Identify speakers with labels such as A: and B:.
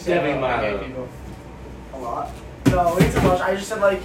A: Seven
B: I gave
A: mile.
B: people
C: A lot. No, it's a bunch. I just said like